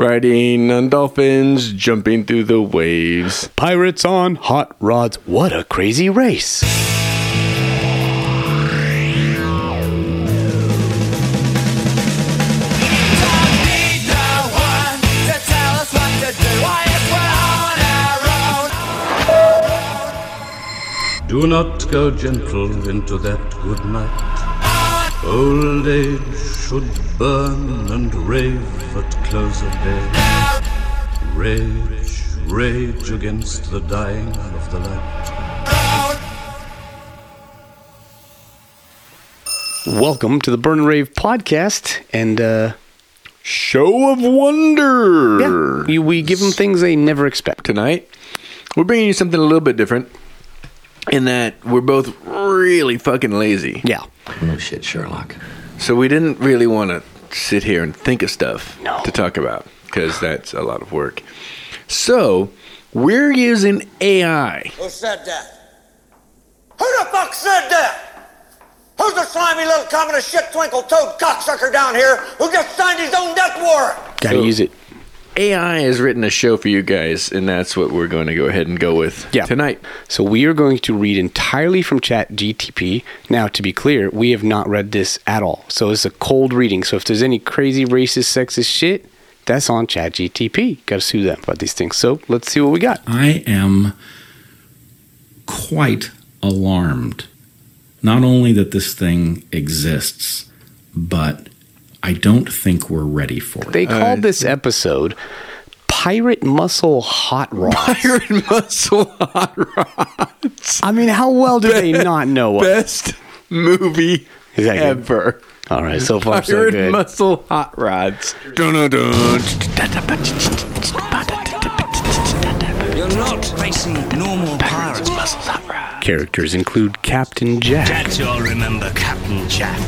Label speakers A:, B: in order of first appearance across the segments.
A: riding on dolphins, jumping through the waves.
B: Pirates on hot rods. What a crazy race.
C: Do not go gentle into that good night. Old age should burn and rave at close of day. Rage, rage against the dying of the light.
B: Welcome to the Burn Rave podcast. And uh,
A: Show of wonder.
B: yeah, you- we give them things they never expect.
A: Tonight, we're bringing you something a little bit different in that we're both really fucking lazy.
B: Yeah.
D: No shit, Sherlock.
A: So we didn't really want to sit here and think of stuff
B: No.
A: to talk about because that's a lot of work. So we're using AI.
E: Who said that? Who the fuck said that? Who's the slimy little communist shit twinkle toad cocksucker down here who just signed his own death warrant?
B: Gotta
A: So-
B: use it.
A: AI has written a show for you guys, and that's what we're going to go ahead and go with
B: Yeah.
A: tonight.
B: So we are going to read entirely from Chat GTP. Now, to be clear, we have not read this at all. So it's a cold reading. So if there's any crazy racist, sexist shit, that's on Chat GTP. Gotta sue them about these things. So let's see what we got.
F: I am quite alarmed. Not only that this thing exists, but I don't think we're ready for it.
B: They called this episode Pirate Muscle Hot Rod.
A: Iron Muscle Hot Rods.
B: I mean, how well do they not know what?
A: Best movie
B: Is that good?
A: ever.
B: All right, so far Oh, so
A: Iron
B: good.
A: Muscle Hot Rods. Dun, dun, dun.
G: You're not facing normal pirates.
B: Characters include Captain Jack.
G: Can't you all remember Captain Jack?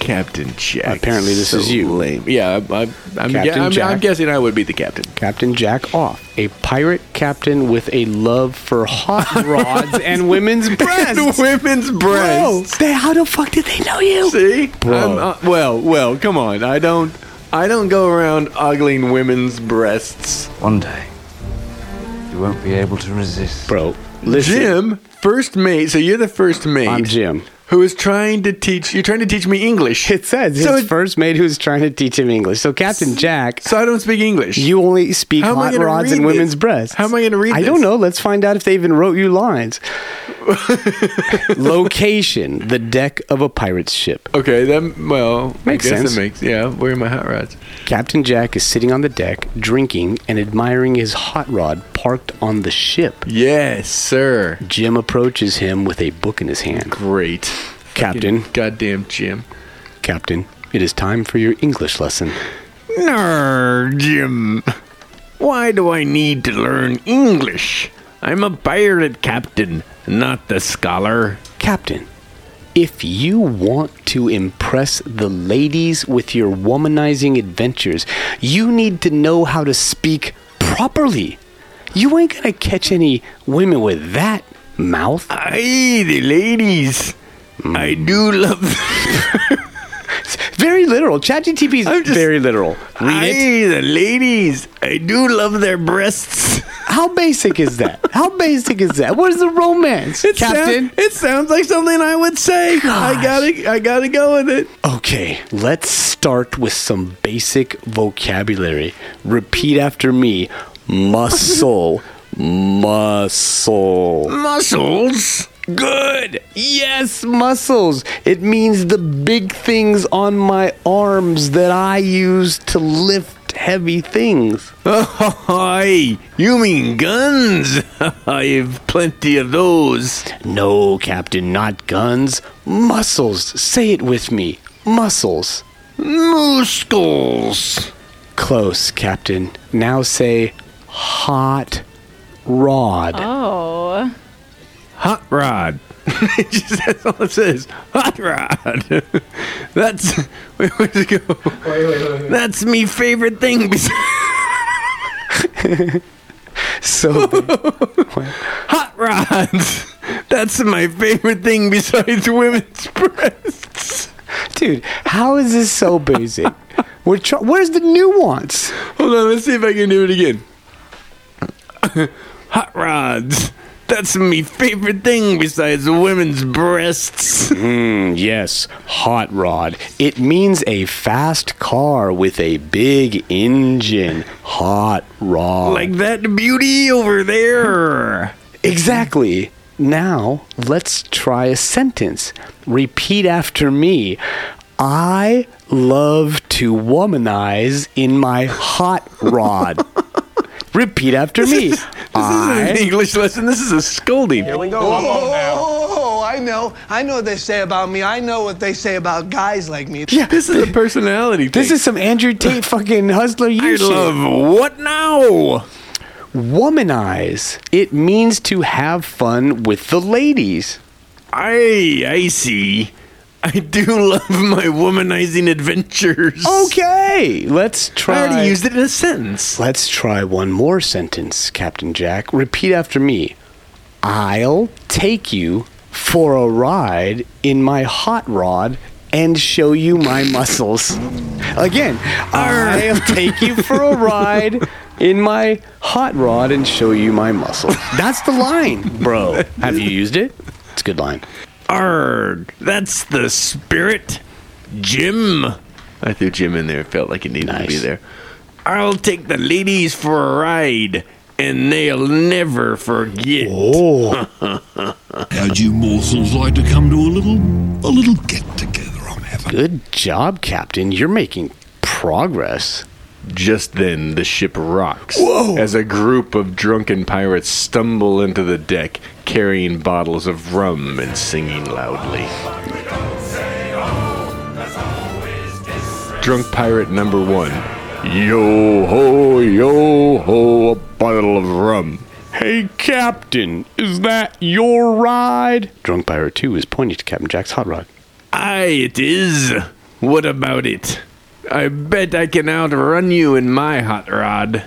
A: Captain Jack.
B: Apparently this is you.
A: Lame. Yeah, I, I, I'm,
B: Captain
A: gue- I'm-
B: Jack.
A: I'm guessing I would be the captain.
B: Captain Jack Off, a pirate captain with a love for hot rods and women's breasts.
A: women's
B: Bro,
A: breasts.
B: they, how the fuck did they know you?
A: See,
B: Bro.
A: I'm, uh, well, well, come on. I don't, I don't go around ogling women's breasts.
D: One day, you won't be able to resist.
B: Bro, listen,
A: Jim, first mate. So you're the first mate.
B: I'm Jim.
A: Who is trying to teach? You're trying to teach me English.
B: It says
A: So
B: his
A: it-
B: first mate who's trying to teach him English. So Captain Jack,
A: So I don't speak English.
B: you only speak
A: How am I
B: hot
A: gonna
B: rods
A: read
B: and women's
A: this?
B: breasts.
A: How am I gonna read
B: I don't
A: this?
B: know. Let's find out if they even wrote you lines. Location: the deck of a pirate's ship.
A: okay? Then, well,
B: Makes
A: I guess
B: sense.
A: It makes yeah. Where are my hot rods?
B: Captain Jack is sitting on the deck, drinking and admiring his hot rod parked on the ship.
A: Yes, sir.
B: Jim approaches him with a book in his hand.
A: Great,
B: Captain,
A: Goddamn Jim.
B: Captain, it is time for your English lesson.
A: Nar, Jim. Why do I need to learn English? I'm a pirate captain, not the scholar.
B: Captain, if you want to impress the ladies with your womanizing adventures, you need to know how to speak properly. You ain't gonna catch any women with that mouth.
A: Aye, the ladies. I do love
B: It's very literal. ChatGTP is
A: I'm just-
B: very literal. Read
A: Aye,
B: it.
A: the ladies. I do love their breasts.
B: How basic is that? How basic is that? Where's the romance,
A: It
B: Captain?
A: sound- it sounds like something I would say. I
B: Gosh.
A: gotta I gotta go with it.
B: Okay, let's start with some basic vocabulary. Repeat after me muscle, muscle.
A: Muscles.
B: Good! Yes, muscles! It means the big things on my arms that I use to lift heavy things.
A: Aye, you mean guns? I've plenty of those.
B: No, Captain, not guns. Muscles. Say it with me. Muscles.
A: Muscles.
B: Close, Captain. Now say hot rod.
H: Oh.
A: Hot rod. It just- that's all it says. Hot rod. That's where, where'd it go? That's me favorite thing. bes-
B: So
A: Hot rods. That's my favorite thing besides women's breasts.
B: Dude, how is this so basic? We're try- Where's the nuance?
A: Hold on, let's see if I can do it again. Hot rods. That's me favorite thing besides women's breasts.
B: Mm. Hmm, Yes, hot rod. It means a fast car with a big engine. Hot rod.
A: like that beauty over there.
B: exactly. Now, let's try a sentence. Repeat after me. I love to womanize in my hot rod. Repeat after me.
A: This isn't an
B: I
A: English lesson. This is a scolding.
H: Oh, I know. I know what they say about me. I know what they say about guys like me.
B: Yeah,
A: This is a personality
B: this
A: thing.
B: is some Andrew Tate fucking hustler you
A: I
B: shit.
A: love what now?
B: womanize. It means to have fun with the ladies.
A: I I see. I do love my womanizing adventures.
B: Okay, let's try.
A: I already used it in a sentence.
B: Let's try one more sentence, Captain Jack. Repeat after me. I'll take you for a ride in my hot rod and show you my muscles. Again, I'll take you for a ride in my hot rod and show you my muscles. That's the line, bro. Have you used it? It's a good line.
A: Arg, that's the spirit. Jim. I threw Jim in there. It felt like it needed to be
B: Nice.
A: there. I'll take the ladies for a ride, and they'll never forget.
I: How'd you morsels like to come to a little, a little get together I'm having?
B: Good job, Captain. You're making progress.
A: Just then, the ship rocks as a group of drunken pirates stumble into the deck, carrying bottles of rum and singing loudly. Drunk pirate number one. Yo ho, yo ho, a bottle of rum.
B: Hey, Captain, is that your ride? Drunk Pirate 2 is pointing to Captain Jack's hot rod.
A: Aye, it is. What about it? I bet I can outrun you in my hot rod.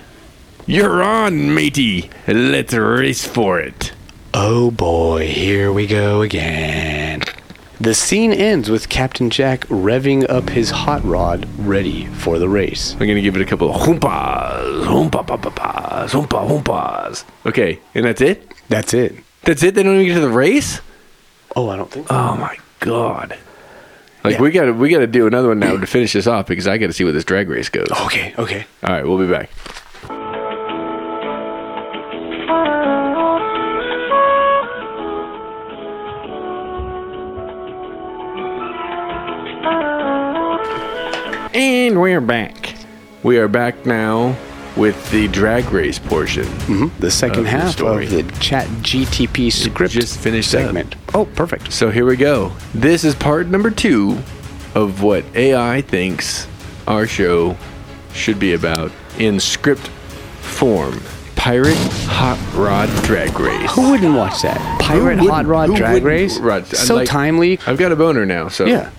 A: You're on, matey. Let's race for it.
B: Oh boy, here we go again. The scene ends with Captain Jack revving up his hot rod ready for the race.
A: I'm gonna give it a couple of hoompas, hoompa papas, hoompa hoompas. Okay, and that's it.
B: That's it.
A: That's it. They don't even get to the race.
B: Oh, I don't think
A: Oh my god! Like we gotta we gotta do another one now to finish this off because I gotta see where this drag race goes. All
B: Okay, okay.
A: right, we'll be back. And we're back. We are back now with the drag race portion.
B: Mm-hmm. The second
A: the
B: half
A: story.
B: of the Chat GTP script
A: just finished up.
B: segment. Oh, perfect.
A: So here we go. This is part number two of what AI thinks our show should be about in script form. Pirate Hot Rod Drag Race.
B: Who wouldn't watch that? Pirate
A: Who
B: Hot
A: wouldn't-
B: Rod
A: who
B: Drag
A: wouldn't-
B: Race?
A: Rod-
B: So
A: like-
B: timely.
A: I've got a boner now, so
B: Yeah.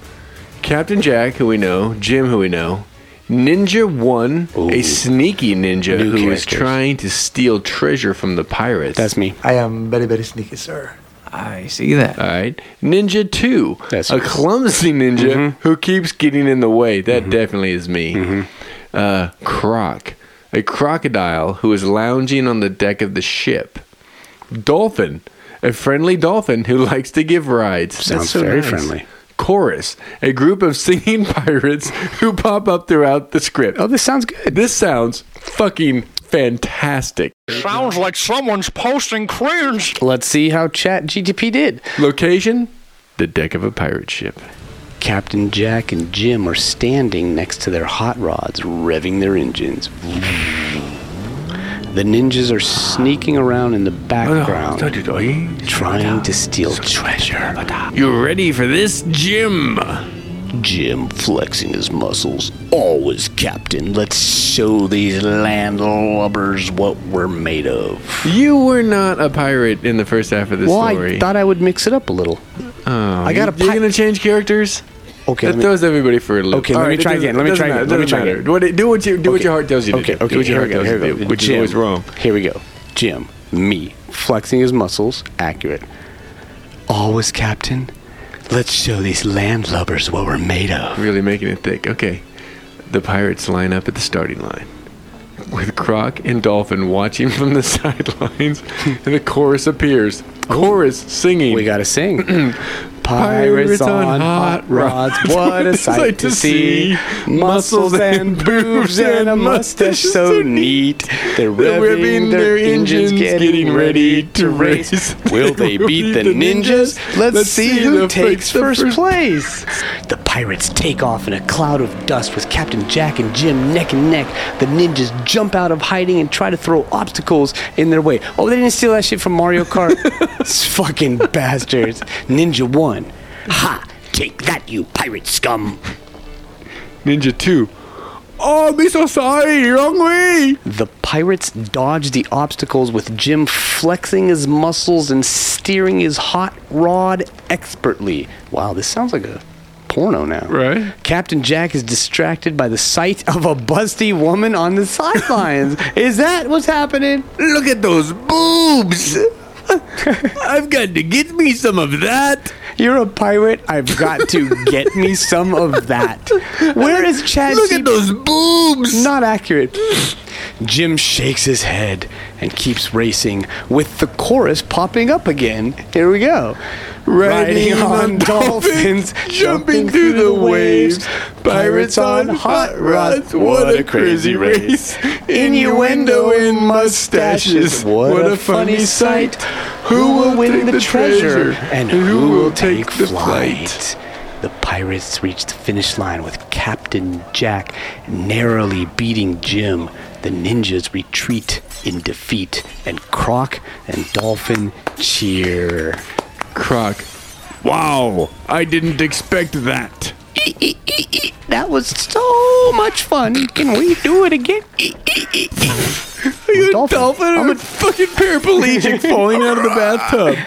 A: Captain Jack, who we know, Jim, who we know, Ninja One, a sneaky ninja
B: New
A: who is
B: characters.
A: trying to steal treasure from the pirates.
B: That's me.
H: I am very, very sneaky, sir.
D: I see that.
A: All right. Ninja 2.
B: That's Mm-hmm.
A: a
B: yours.
A: clumsy ninja who keeps getting in the way. That
B: Mm-hmm.
A: definitely is me. Uh, croc. A crocodile who is lounging on the deck of the ship. Dolphin. A friendly dolphin who likes to give rides.
B: Sounds very friendly.
A: Chorus. A group of singing pirates who pop up throughout the script.
B: Oh, this sounds good.
A: This sounds fucking fantastic.
I: Sounds like someone's posting cringe.
B: Let's see how Chat GTP did.
A: Location? The deck of a pirate ship.
B: Captain Jack and Jim are standing next to their hot rods, revving their engines. The ninjas are sneaking around in the background, trying to steal treasure.
A: You ready for this, Jim?
B: Jim flexing his muscles. Always, Captain, let's show these landlubbers what we're made of.
A: You were not a pirate in the first half of this
B: Well,
A: story. Oh.
B: I thought I would mix it up a little. I got a
A: You're
B: pi-
A: gonna change characters.
B: Okay,
A: That
B: let me-
A: throws everybody for a loop.
B: Okay, let me
A: it
B: try
A: doesn't-
B: again, let me
A: doesn't
B: try
A: matter,
B: again, let me
A: doesn't
B: try
A: matter.
B: again.
A: What it- do what you do what
B: Okay.
A: your heart tells you
B: okay,
A: to do.
B: Okay,
A: Do what your
B: here
A: heart
B: we go,
A: tells
B: here
A: you
B: we
A: to
B: go.
A: do, which is
B: Jim.
A: always wrong.
B: Here we go. Jim, me, flexing his muscles, accurate. Always, Captain. Let's show these landlubbers what we're made of.
A: Really making it thick. Okay. The pirates line up at the starting line, with Croc and Dolphin watching from the sidelines, and the chorus appears. Chorus singing.
B: Oh. We gotta sing. Pirates on hot rods, what a
A: It's
B: sight to see. Muscles and boobs and a mustache so neat. They're
A: They're
B: revving their engines, getting ready to race. Will they beat the ninjas? Let's see who takes first place. The pirates take off in a cloud of dust with Captain Jack and Jim neck and neck. The ninjas jump out of hiding and try to throw obstacles in their way. Oh, they didn't steal that shit from Mario Kart. it's fucking bastards. Ninja one. Ha! Take that, you pirate scum.
A: Ninja 2. Oh, me so sorry, wrong way.
B: The pirates dodge the obstacles with Jim flexing his muscles and steering his hot rod expertly. Wow, this sounds like a porno now.
A: Right.
B: Captain Jack is distracted by the sight of a busty woman on the sidelines. is that what's happening?
A: Look at those boobs. I've got to get me some of that.
B: You're a pirate. I've got to get me some of that. Where is Chad?
A: Look
B: CP?
A: at those boobs.
B: Not accurate. Jim shakes his head and keeps racing, with the chorus popping up again. Here we go.
A: Riding on dolphins, jumping through the waves. Pirates on hot rods, what a crazy race. Innuendo and mustaches, what a funny sight. Who will win the treasure
B: and who will take the flight? The pirates reach the finish line with Captain Jack narrowly beating Jim. The ninjas retreat in defeat, and Croc and Dolphin cheer.
A: Croc. Wow, I didn't expect that.
B: Eek, eek, eek, eek. That was so much fun. Can we do it again? Eek, eek, eek, eek.
A: You're
B: dolphin.
A: I'm a fucking paraplegic falling out of the bathtub.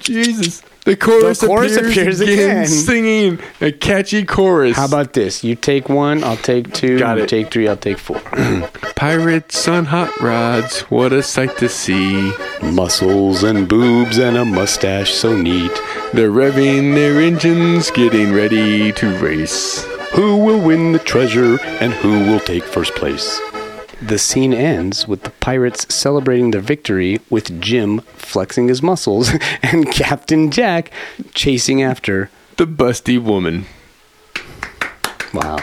A: Jesus. The chorus,
B: The chorus
A: appears,
B: appears
A: again,
B: again.
A: singing a catchy chorus.
B: How about this? You take one, I'll take two.
A: Got
B: you
A: it.
B: take three, I'll take four.
A: Pirates on hot rods, what a sight to see.
B: Muscles and boobs and a mustache so neat.
A: They're revving their engines, getting ready to race.
B: Who will win the treasure and who will take first place? The scene ends with the pirates celebrating their victory with Jim flexing his muscles and Captain Jack chasing after.
A: The busty woman.
B: Wow.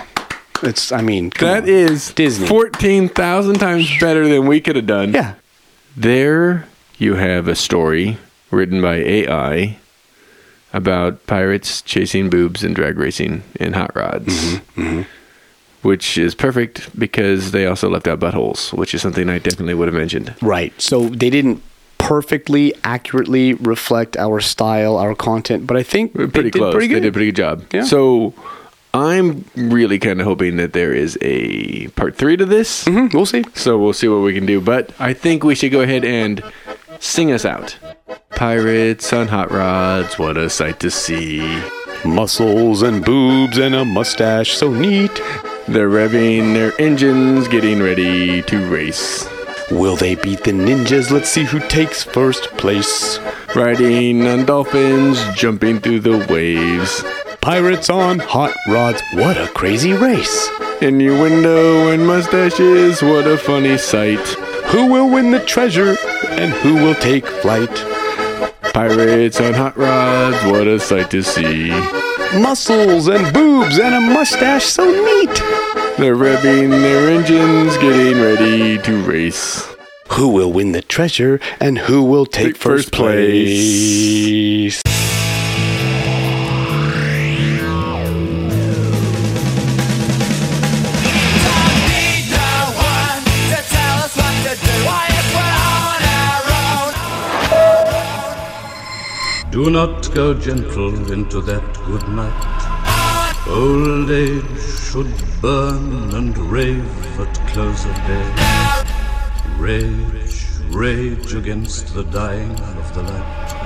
B: It's, I mean, come
A: That
B: on.
A: is
B: Disney.
A: 14,000 times better than we could have done.
B: yeah.
A: There you have a story written by AI about pirates chasing boobs and drag racing in hot rods.
B: Mm-hmm.
A: Which is perfect because they also left out buttholes, which is something I definitely would have mentioned.
B: Right. So they didn't perfectly, accurately reflect our style, our content, but I think
A: We're
B: they
A: pretty
B: did
A: close.
B: Pretty
A: They
B: good.
A: did a pretty good job.
B: Yeah.
A: So I'm really kind of hoping that there is a part three to this.
B: Mhm, We'll see.
A: So we'll see what we can do. But I think we should go ahead and sing us out. Pirates on hot rods, what a sight to see.
B: Muscles and boobs and a mustache so neat.
A: They're revving their engines, getting ready to race.
B: Will they beat the ninjas? Let's see who takes first place.
A: Riding on dolphins, jumping through the waves.
B: Pirates on hot rods. What a crazy race.
A: Innuendo and mustaches, what a funny sight.
B: Who will win the treasure and who will take flight?
A: Pirates on hot rods, what a sight to see.
B: Muscles and boobs and a mustache so neat.
A: They're revving their engines, getting ready to race.
B: Who will win the treasure and who will take,
A: Take first
B: first place?
C: Do not go gentle into that good night. Old age should burn and rave at close of day. Rage, rage against the dying of the light.